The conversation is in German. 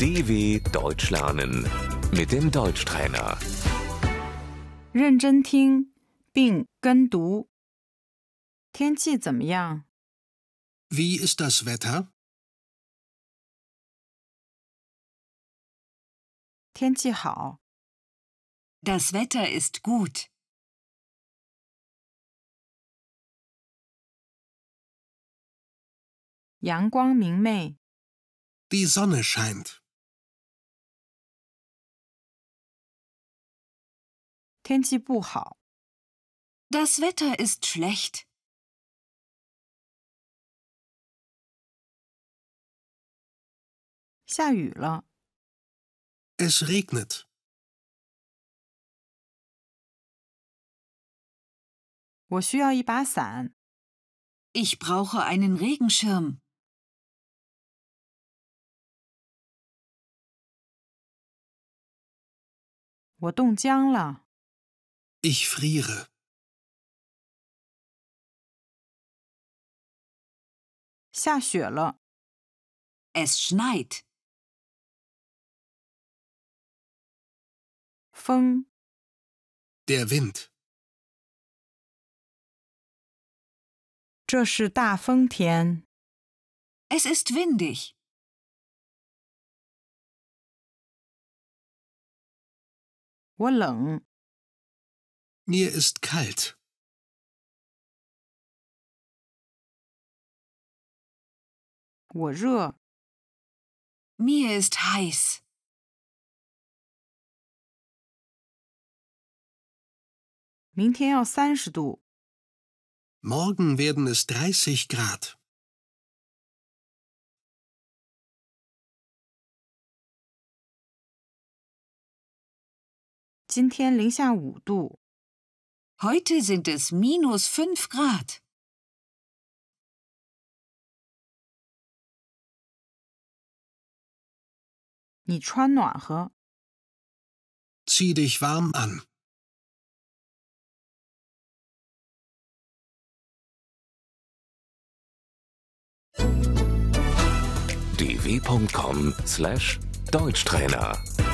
DW Deutsch lernen mit dem Deutschtrainer. 认真听并跟读。天气怎么样？ Wie ist das Wetter? 天气好。 Das Wetter ist gut. 阳光明媚， Die Sonne scheint. 天气不好。 Das Wetter ist schlecht. 下雨了， Es regnet. 我需要一把伞。 Ich brauche einen Regenschirm. 我冻僵了， Ich friere. 下雪了， Es schneit. 风 Der Wind. 这是大风天， Es ist windig. 我冷， Mir ist kalt. 我热， Mir ist heiß. 明天要三十度， Morgen werden es 30 Grad. 今天零下五度。 Heute sind es minus 5 Grad. 你穿暖和， Zieh dich warm an. dw.com/deutschtrainer